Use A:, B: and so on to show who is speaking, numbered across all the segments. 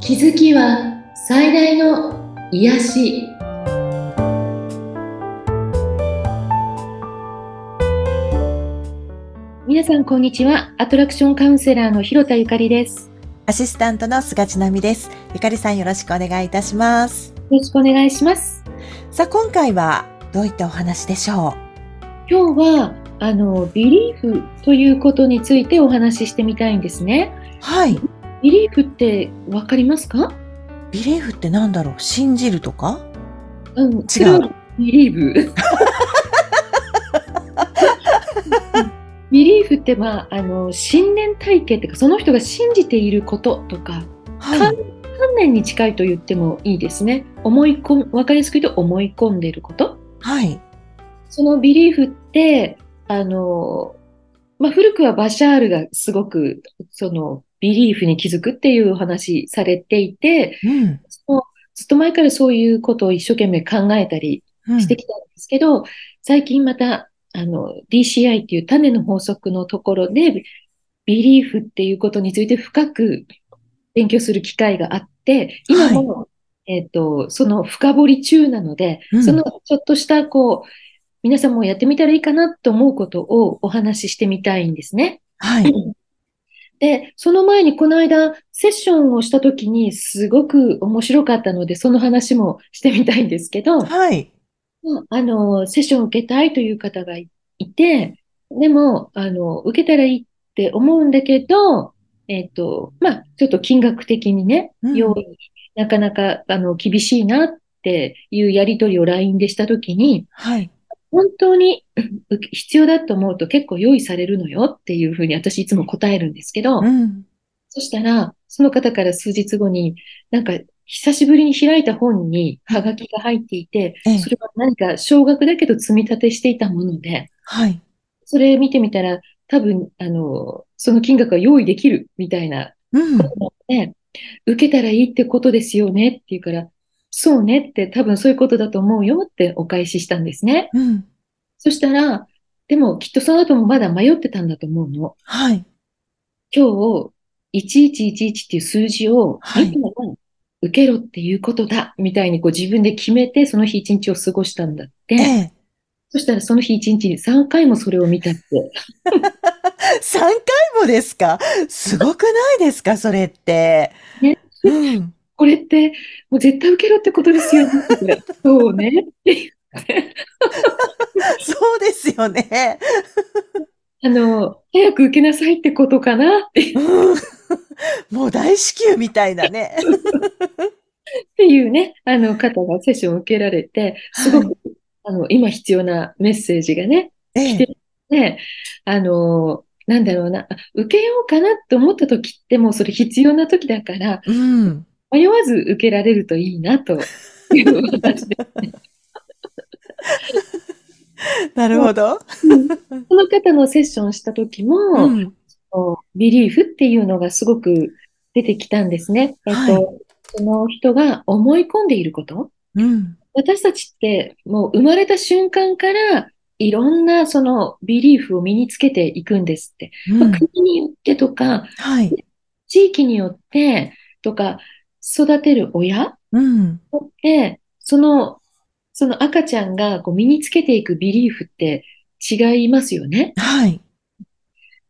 A: 気づきは最大の癒し皆さんこんにちはアトラクションカウンセラーの広田ゆかりです
B: アシスタントの菅千奈美です。ゆかりさんよろしくお願いいたします。
A: よろしくお願いします
B: さあ、今回はどういったお話でしょ
A: 今日はあのビリーフということについてお話ししてみたいんですね
B: うはい。
A: ビリーフってわかりますか
B: ビリーフってなんだろう信じるとか
A: うん、違
B: う。
A: ビリー ブ。ビリーフって、まあ、あの信念体系っていうかその人が信じていることとか
B: は
A: 観。観念に近いと言ってもいいですね思い込み分かりやすく言うと思い込んでいること
B: はい。
A: そのビリーフってあの、まあ、古くはバシャールがすごくそのビリーフに気づくっていうお話されていて
B: うん。
A: ずっと前からそういうことを一生懸命考えたり
B: うん
A: してきたんですけど、最近またあの DCI っていう種の法則のところでビリーフっていうことについて深く勉強する機会があって今も、えっとその深掘り中なので、
B: うん
A: そのちょっとしたこう皆さんもやってみたらいいかなと思うことをお話ししてみたいんですね。
B: はい。
A: で、その前にこの間セッションをした時にすごく面白かったので、その話もしてみたいんですけど、
B: はい。
A: まああの、セッションを受けたいという方がいいて、でも、あの、受けたらいいって思うんだけど、えっと、まあ、ちょっと金額的にね、
B: うん
A: 容易になかなか、あの、厳しいなっていうやり取りを LINE でしたときに、
B: はい。
A: 本当にうん必要だと思うと結構用意されるのよっていうふうに私いつも答えるんですけど
B: う、ん。
A: そしたら、その方から数日後に、なんか、久しぶりに開いた本にハガキが入っていて
B: ええ、
A: それは何か少額だけど積み立てしていたもので、
B: はい。
A: それ見てみたら、多分、あの、その金額が用意できるみたいな
B: うん。
A: ので、受けたらいいってことですよねっていうから、そうねって多分そういうことだと思うよってお返ししたんですね。
B: うん。
A: そしたら、でもきっとその後もまだ迷ってたんだと思うの。
B: はい。
A: 今日、1111っていう数字を、
B: はい
A: いつもは受けろっていうことだ、みたいにこう自分で決めて、その日一日を過ごしたんだっ
B: え
A: て。
B: え。
A: そしたらその日一日に3回もそれを見たって。
B: 3回もですかすごくないですかそれって。
A: ね
B: うん。
A: これって、もう絶対受けろってことですよね。そうね。って言って
B: そうですよね。
A: あの、早く受けなさいってことかなって
B: うん。もう大至急みたいなね。
A: いうね、あの方がセッションを受けられて、すごく、あの、今必要なメッセージがね、
B: え
A: 来てで、あのーなんだろうな、あ受けようかなと思った時ってもうそれ必要な時だから、
B: うん。
A: 迷わず受けられるといいなというお話で、
B: なるほど。
A: この方のセッションした時も、
B: うん。
A: こうビリーフっていうのがすごく出てきたんですね。えっと、
B: はい
A: その人が思い込んでいること。
B: うん。
A: 私たちってもう生まれた瞬間からいろんなそのビリーフを身につけていくんですって。
B: う
A: まあ
B: ん。
A: 国によってとか、
B: はい。
A: 地域によってとか育てる親
B: うん。
A: でそのその赤ちゃんがこう身につけていくビリーフって違いますよね。
B: はい。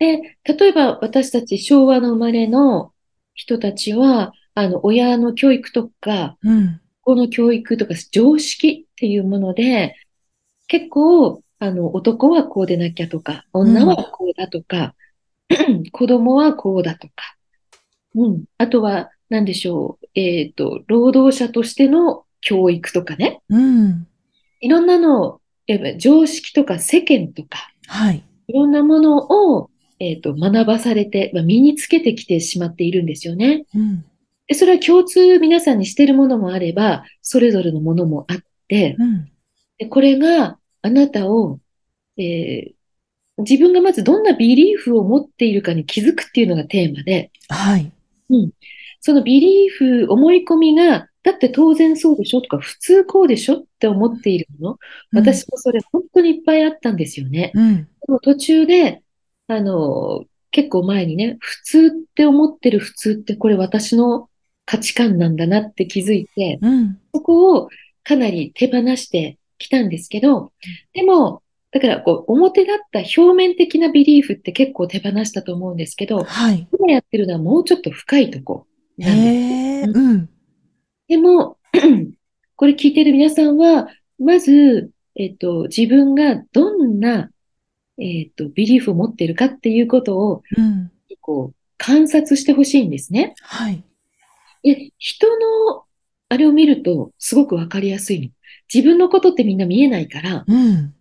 A: で例えば私たち昭和の生まれの人たちはあの親の教育とか
B: うん。
A: 学校の教育とか常識っていうもので結構あの男はこうでなきゃとか女はこうだとか、子供はこうだとか、うん、あとは何でしょう、えっと労働者としての教育とかね
B: うん。
A: いろんなのをやっぱ常識とか世間とか
B: はい。
A: いろんなものを、えっと学ばされて、まあ、身につけてきてしまっているんですよね。
B: うん。
A: で、それは共通皆さんにしてるものもあれば、それぞれのものもあって、
B: うん。
A: で、これがあなたを、えー自分がまずどんなビリーフを持っているかに気づくっていうのがテーマで、
B: はい。
A: そのビリーフ、思い込みが、だって当然そうでしょとか、普通こうでしょって思っているもの、私もそれ本当にいっぱいあったんですよね。
B: うん。
A: でも途中で、あの、結構前にね、普通って思ってる普通ってこれ私の価値観なんだなって気づいて、
B: うん。
A: そこをかなり手放してきたんですけど、でも、だからこう、表だった表面的なビリーフって結構手放したと思うんですけど、
B: はい。
A: 今やってるのはもうちょっと深いとこなんです。
B: へえ、うん。
A: でも、 これ聞いてる皆さんは、まず、えっと、自分がどんな、えっと、ビリーフを持ってるかっていうことを、
B: うん。
A: こう、観察してほしいんですね。
B: はい。
A: で、人の、あれを見ると、すごくわかりやすいの。自分のことってみんな見えないから、
B: うん。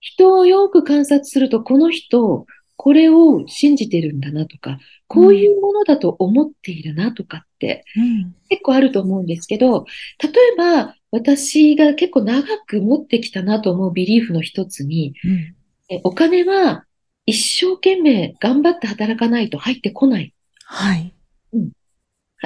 A: 人をよく観察すると、この人、これを信じてるんだなとか、こういうものだと思っているなとかって、
B: うん。
A: 結構あると思うんですけど、例えば私が結構長く持ってきたなと思うビリーフの一つに、
B: うん。
A: えお金は一生懸命頑張って働かないと入ってこない。
B: はい。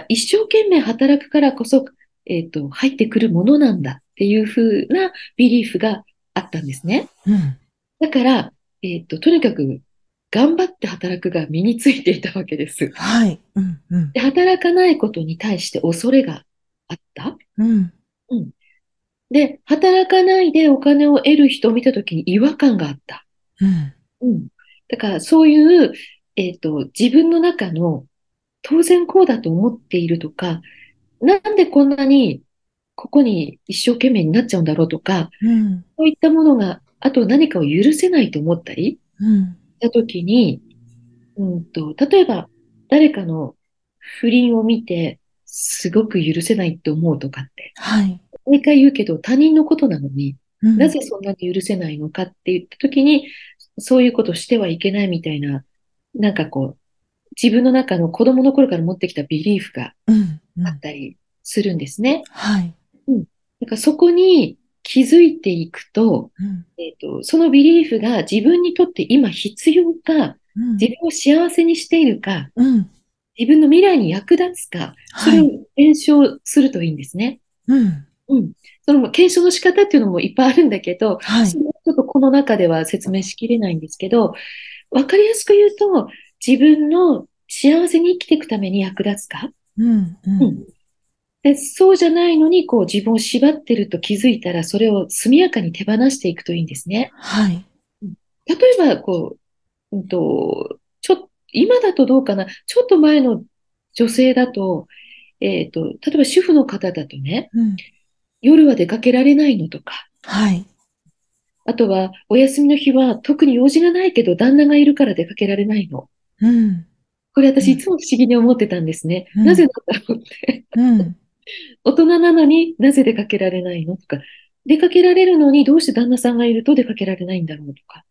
A: 一生懸命働くからこそ、えっと、入ってくるものなんだっていう風なビリーフがあったんですね。
B: うん。
A: だから、えっと、とにかく頑張って働くが身についていたわけです。
B: はい。うん。うん。
A: で、働かないことに対して恐れがあった。
B: うん。
A: で、働かないでお金を得る人を見たときに違和感があった。
B: うん。
A: うん。だからそういう、えっと、自分の中の当然こうだと思っているとか、なんでこんなにここに一生懸命になっちゃうんだろうとか、
B: うん。
A: そういったものが、あと何かを許せないと思ったり
B: うん。
A: したときに、うんと、例えば誰かの不倫を見て、すごく許せないって思うとかって、
B: はい。
A: 毎回言うけど他人のことなのに、
B: うん
A: なぜそんなに許せないのかって言ったときに、そういうことしてはいけないみたいな、なんかこう、自分の中の子供の頃から持ってきたビリーフが
B: うん。う
A: あっ
B: ん。
A: たりするんですね。
B: はい。
A: だからそこに気づいていくと、
B: うん。
A: えっと、そのビリーフが自分にとって今必要か、
B: うん。
A: 自分を幸せにしているか、
B: うん。
A: 自分の未来に役立つか、そ
B: は
A: れを
B: い。
A: 検証するといいんですね。
B: うん。
A: うん。その検証の仕方っていうのもいっぱいあるんだけど、
B: はい
A: そ。れはちょっとこの中では説明しきれないんですけど、わかりやすく言うと、自分の幸せに生きていくために役立つか、
B: うん。うん。
A: でそうじゃないのに、こう自分を縛ってると気づいたら、それを速やかに手放していくといいんですね。
B: はい。
A: 例えば、こう、うんと、ちょ、今だとどうかな、ちょっと前の女性だと、えっと、例えば主婦の方だとね、
B: うん。
A: 夜は出かけられないのとか、
B: はい。
A: あとは、お休みの日は特に用事がないけど、旦那がいるから出かけられないの。
B: うん。
A: これ私
B: うん
A: いつも不思議に思ってたんですね。
B: うん
A: なぜなんだろうって。
B: うん。
A: 大人なのになぜ出かけられないのとか、出かけられるのにどうして旦那さんがいると出かけられないんだろうとか。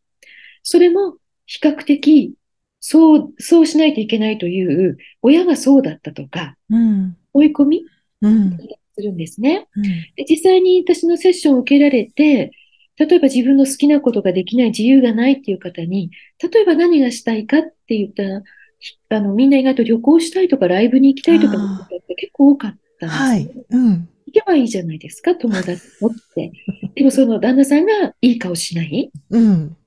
A: それも比較的、そう、そうしないといけないという、親がそうだったとか、
B: うん。
A: 追い込み
B: うん。
A: するんですね。
B: うん。
A: で実際に私のセッションを受けられて、例えば自分の好きなことができない、自由がないっていう方に、例えば何がしたいかって言ったら、ひあの、みんな意外と旅行したいとか、ライブに行きたいとか
B: あー
A: 言って結構多かったんです。
B: はい。うん。
A: 行けばいいじゃないですか、友達持って。 でもその旦那さんがいい顔しない
B: うん。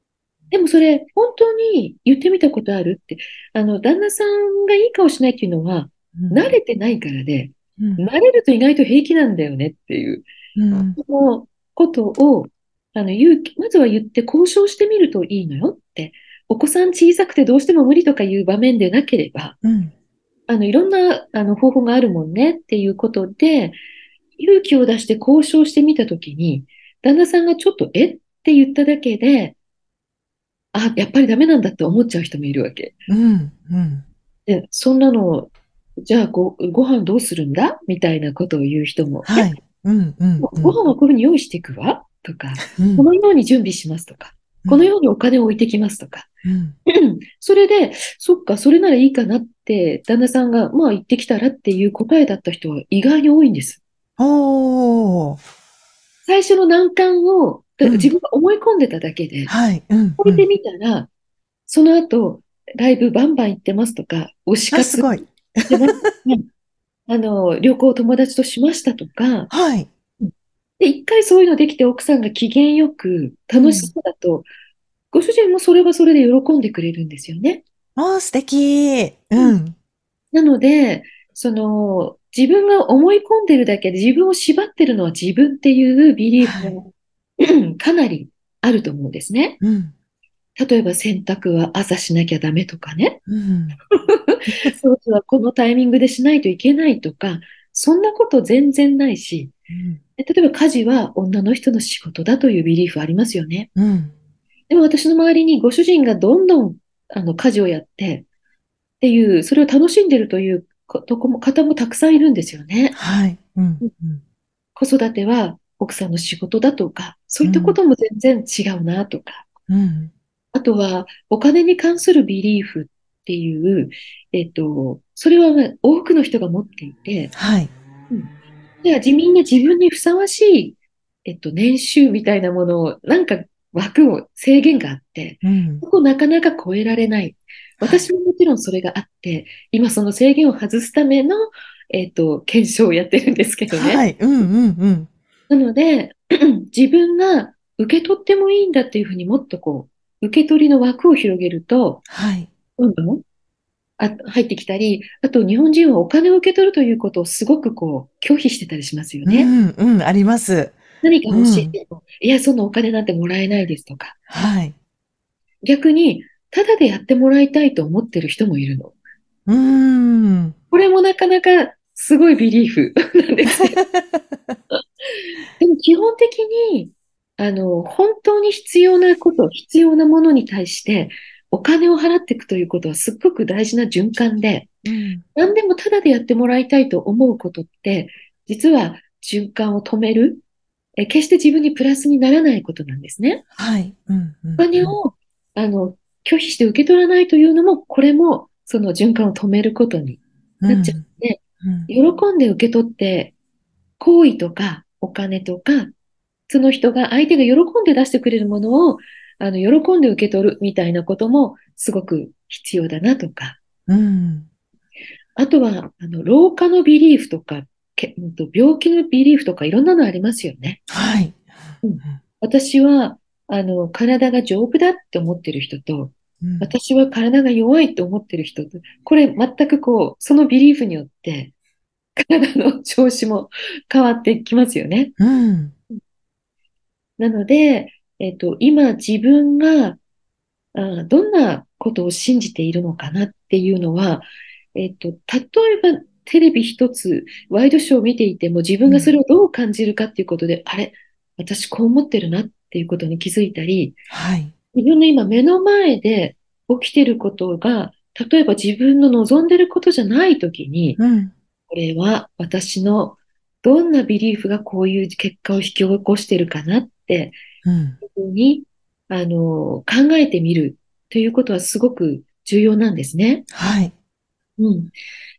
A: でもそれ、本当に言ってみたことあるって。あの、旦那さんがいい顔しないっていうのは、慣れてないからで、
B: うん。
A: 慣れると意外と平気なんだよねっていう。
B: うん。
A: そのことを、あの、勇気、まずは言って交渉してみるといいのよって。お子さん小さくてどうしても無理とかいう場面でなければ、
B: うん。
A: あの、いろんな、あの、方法があるもんねっていうことで、勇気を出して交渉してみたときに、旦那さんがちょっと、えって言っただけで、あ、やっぱりダメなんだって思っちゃう人もいるわけ。
B: うん。うん。
A: で、そんなの、じゃあご、ご飯どうするんだみたいなことを言う人も、
B: は
A: え
B: い。うん。うん。
A: ご飯はこういうふうに用意していくわとか、
B: うん
A: このように準備しますとか、このようにお金を置いてきますとか、
B: うん。
A: それで、そっか、それならいいかなって、旦那さんが、まあ、行ってきたらっていう答えだった人は意外に多いんです。
B: おー。
A: 最初の難関を、だ
B: うん
A: 自分が思い込んでただけで、
B: はい。うん。
A: 置いてみたら、その後、ライブバンバン行ってますとか、推し
B: あ、
A: 活
B: すごい。
A: してますとか、あの、旅行を友達としましたとか、
B: はい。
A: で、一回そういうのできて奥さんが機嫌よく楽しそうだと、ご主人もそれはそれで喜んでくれるんですよね。
B: あー、素敵。うん。
A: なので、その、自分が思い込んでるだけで自分を縛ってるのは自分っていうビリーフがかなりあると思うんですね。
B: うん。
A: 例えば洗濯は朝しなきゃダメとかね。
B: うん。
A: 掃除はこのタイミングでしないといけないとか、そんなこと全然ないし、で例えば家事は女の人の仕事だというビリーフありますよね。
B: うん。
A: でも私の周りにご主人がどんどんあの家事をやってっていう、それを楽しんでるということこも方もたくさんいるんですよね。
B: はい。うん。うん
A: 子育ては奥さんの仕事だとか、そういったことも全然違うなとか。
B: うん。
A: あとはお金に関するビリーフっていう、えっと、それはまあ多くの人が持っていて、
B: はい。
A: じゃあ自民が自分にふさわしい、えっと、年収みたいなものを、なんか枠を制限があって、
B: うん
A: そ。こなかなか超えられない。私ももちろんそれがあって、今その制限を外すための、えっと、検証をやってるんですけどね。
B: はい。うん。うん。うん。
A: なので、 自分が受け取ってもいいんだっていうふうにもっとこう、受け取りの枠を広げると、
B: はい。
A: どんどんあ入ってきたり、あと日本人はお金を受け取るということをすごくこう、拒否してたりしますよね。
B: うん。うん。あります。
A: 何か欲しいけど、いや、そんなお金なんてもらえないですとか。
B: はい。
A: 逆に、ただでやってもらいたいと思ってる人もいるの。
B: うーん。
A: これもなかなかすごいビリーフ なんですけど。でも基本的に、あの、本当に必要なこと、必要なものに対して、お金を払っていくということはすっごく大事な循環で、
B: うん。
A: 何でもタダでやってもらいたいと思うことって、実は循環を止める、え決して自分にプラスにならないことなんですね。
B: はい。うん。うん
A: お金を、あの、拒否して受け取らないというのも、これも、その循環を止めることになっちゃうね
B: うん。
A: 喜んで受け取って、好意とかお金とか、その人が相手が喜んで出してくれるものを、あの、喜んで受け取るみたいなこともすごく必要だなとか、
B: うん。
A: あとは、あの、老化のビリーフとか、けうんと病気のビリーフとかいろんなのありますよね。
B: はい。
A: 私は、あの、体が丈夫だって思ってる人と、
B: うん
A: 私は体が弱いと思ってる人と、これ全くこう、そのビリーフによって、 体の調子も変わってきますよね。
B: うん。
A: なので、えっと、今自分が、あーどんなことを信じているのかなっていうのは、えっと、例えばテレビ一つ、ワイドショーを見ていても自分がそれをどう感じるかっていうことで、あれ、私こう思ってるなっていうことに気づいたり、
B: はい。
A: 自分の今目の前で起きてることが、例えば自分の望んでることじゃないときに、
B: うん。
A: これは私のどんなビリーフがこういう結果を引き起こしてるかなって
B: うん。
A: いうふうに、あの、考えてみるということはすごく重要なんですね。
B: はい。
A: うん。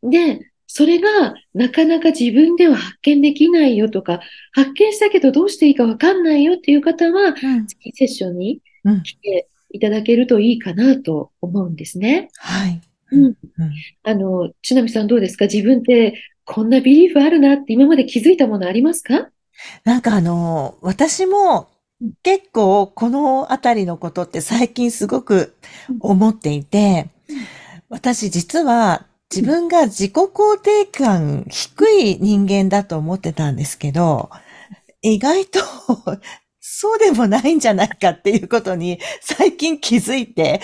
A: で、それがなかなか自分では発見できないよとか、発見したけどどうしていいかわかんないよっていう方は、
B: うん。
A: 次セッションに
B: うん。
A: 来ていただけるといいかなと思うんですね。
B: はい。
A: うん
B: うん。
A: あの、ちなみさんどうですか自分ってこんなビリーフあるなって今まで気づいたものありますか
B: なんかあの、私も結構このあたりのことって最近すごく思っていて
A: うん、
B: 私実は自分が自己肯定感低い人間だと思ってたんですけど、意外とそうでもないんじゃないかっていうことに最近気づいて、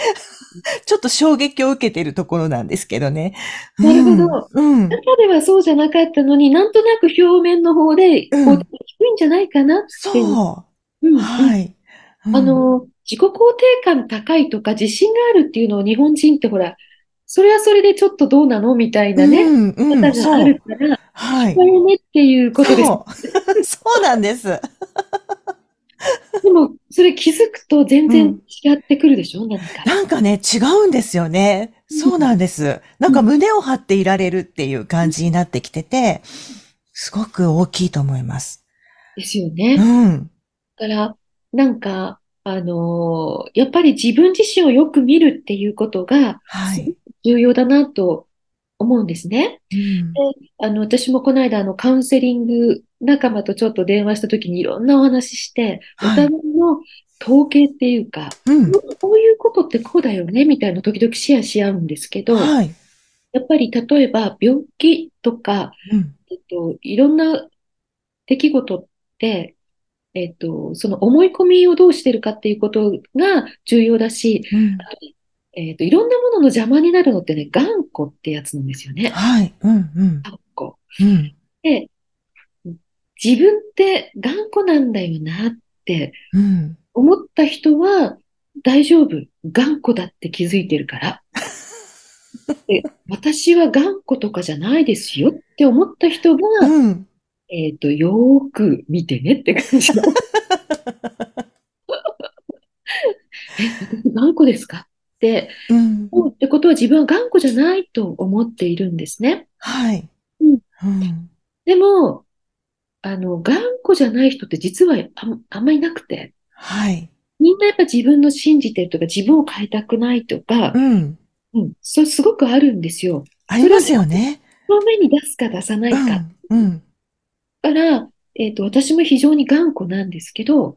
B: ちょっと衝撃を受けているところなんですけどね。
A: なるほど
B: うん。うん。
A: 中ではそうじゃなかったのに、なんとなく表面の方で、
B: うん
A: こう、低いんじゃないかなっていう。
B: そ
A: うん
B: う。はい。うん
A: あ、の、自己肯定感高いとか自信があるっていうのを日本人ってほら、それはそれでちょっとどうなのみたいなね、
B: うん、うん、
A: 方があ
B: そう
A: る。から、
B: はい。
A: これねっていうことです。
B: そう。 そうなんです。
A: でも、それ気づくと全然違ってくるでしょ、なんか。
B: なんかね、違うんですよね。そうなんです。なんか胸を張っていられるっていう感じになってきてて、すごく大きいと思います。
A: ですよね。
B: うん。
A: だから、なんか、あのーやっぱり自分自身をよく見るっていうことが
B: はい。
A: 重要だなと思うんですね。
B: うん
A: あの、私もこの間、あの、カウンセリング仲間とちょっと電話した時にいろんなお話しして、お
B: はい
A: 互いの統計っていうか、
B: うん。
A: こういうことってこうだよね、みたいな時々シェアし合うんですけど、や
B: はい。
A: っぱり例えば病気とか、
B: うん。
A: えっと、いろんな出来事って、えっと、その思い込みをどうしてるかっていうことが重要だし、
B: うん
A: あとねえっと、いろんなものの邪魔になるのってね、頑固ってやつなんですよね。
B: はい。うんうん。
A: 頑固。
B: うん。
A: で、自分って頑固なんだよなって
B: うん。
A: 思った人は、大丈夫。頑固だって気づいてるから。で私は頑固とかじゃないですよって思った人が、
B: うん。
A: えっと、よーく見てねって感じの。 え、私頑固ですかって
B: うん。
A: 思うってことは自分は頑固じゃないと思っているんですね。
B: はい。
A: うん
B: うん。
A: でも、あの、頑固じゃない人って実はあ、あんまりいなくて、
B: はい。
A: みんなやっぱ自分の信じてるとか自分を変えたくないとか、
B: うん。
A: うん、それすごくあるんですよ。
B: ありますよね。
A: 表面に出すか出さないうか。だ
B: ん。うん。
A: から、えっと、私も非常に頑固なんですけど、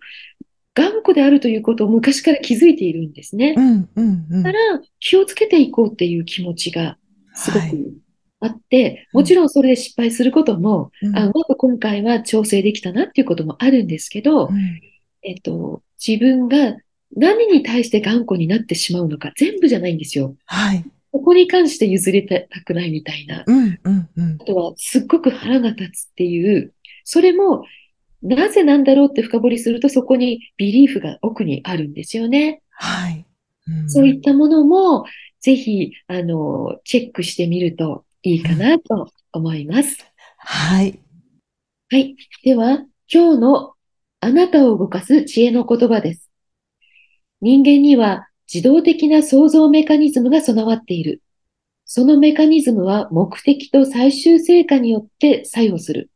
A: 頑固であるということを昔から気づいているんですね
B: う。ん。うん。うん
A: だから気をつけていこうっていう気持ちがすごく
B: はい
A: あって、もちろんそれで失敗することも、
B: うん
A: あ、うまく今回は調整できたなっていうこともあるんですけど、
B: うん
A: えっと、自分が何に対して頑固になってしまうのか、全部じゃないんですよ。
B: はい。
A: ここに関して譲りたくないみたいな。
B: うん。うん。うん
A: あ。とは、すっごく腹が立つっていう、それも、なぜなんだろうって深掘りすると、そこにビリーフが奥にあるんですよね。
B: はい。
A: そういったものも、ぜひ、あの、チェックしてみるといいかなと思います。
B: はい。
A: はい。では、今日のあなたを動かす知恵の言葉です。人間には自動的な創造メカニズムが備わっている。そのメカニズムは目的と最終成果によって作用する。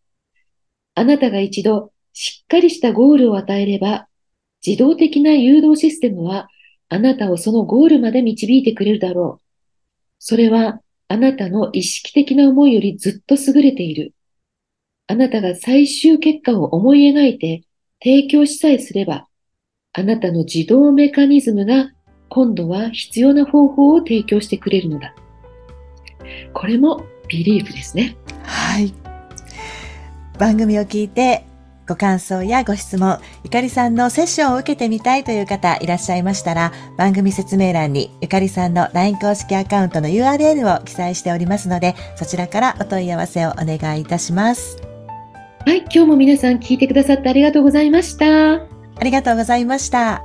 A: あなたが一度しっかりしたゴールを与えれば、自動的な誘導システムはあなたをそのゴールまで導いてくれるだろう。それはあなたの意識的な思いよりずっと優れている。あなたが最終結果を思い描いて提供しさえすれば、あなたの自動メカニズムが今度は必要な方法を提供してくれるのだ。これもビリーフですね。
B: はい。番組を聞いて、ご感想やご質問、ゆかりさんのセッションを受けてみたいという方いらっしゃいましたら、番組説明欄にゆかりさんの LINE 公式アカウントの URL を記載しておりますので、そちらからお問い合わせをお願いいたします。
A: はい、今日も皆さん聞いてくださってありがとうございました。
B: ありがとうございました。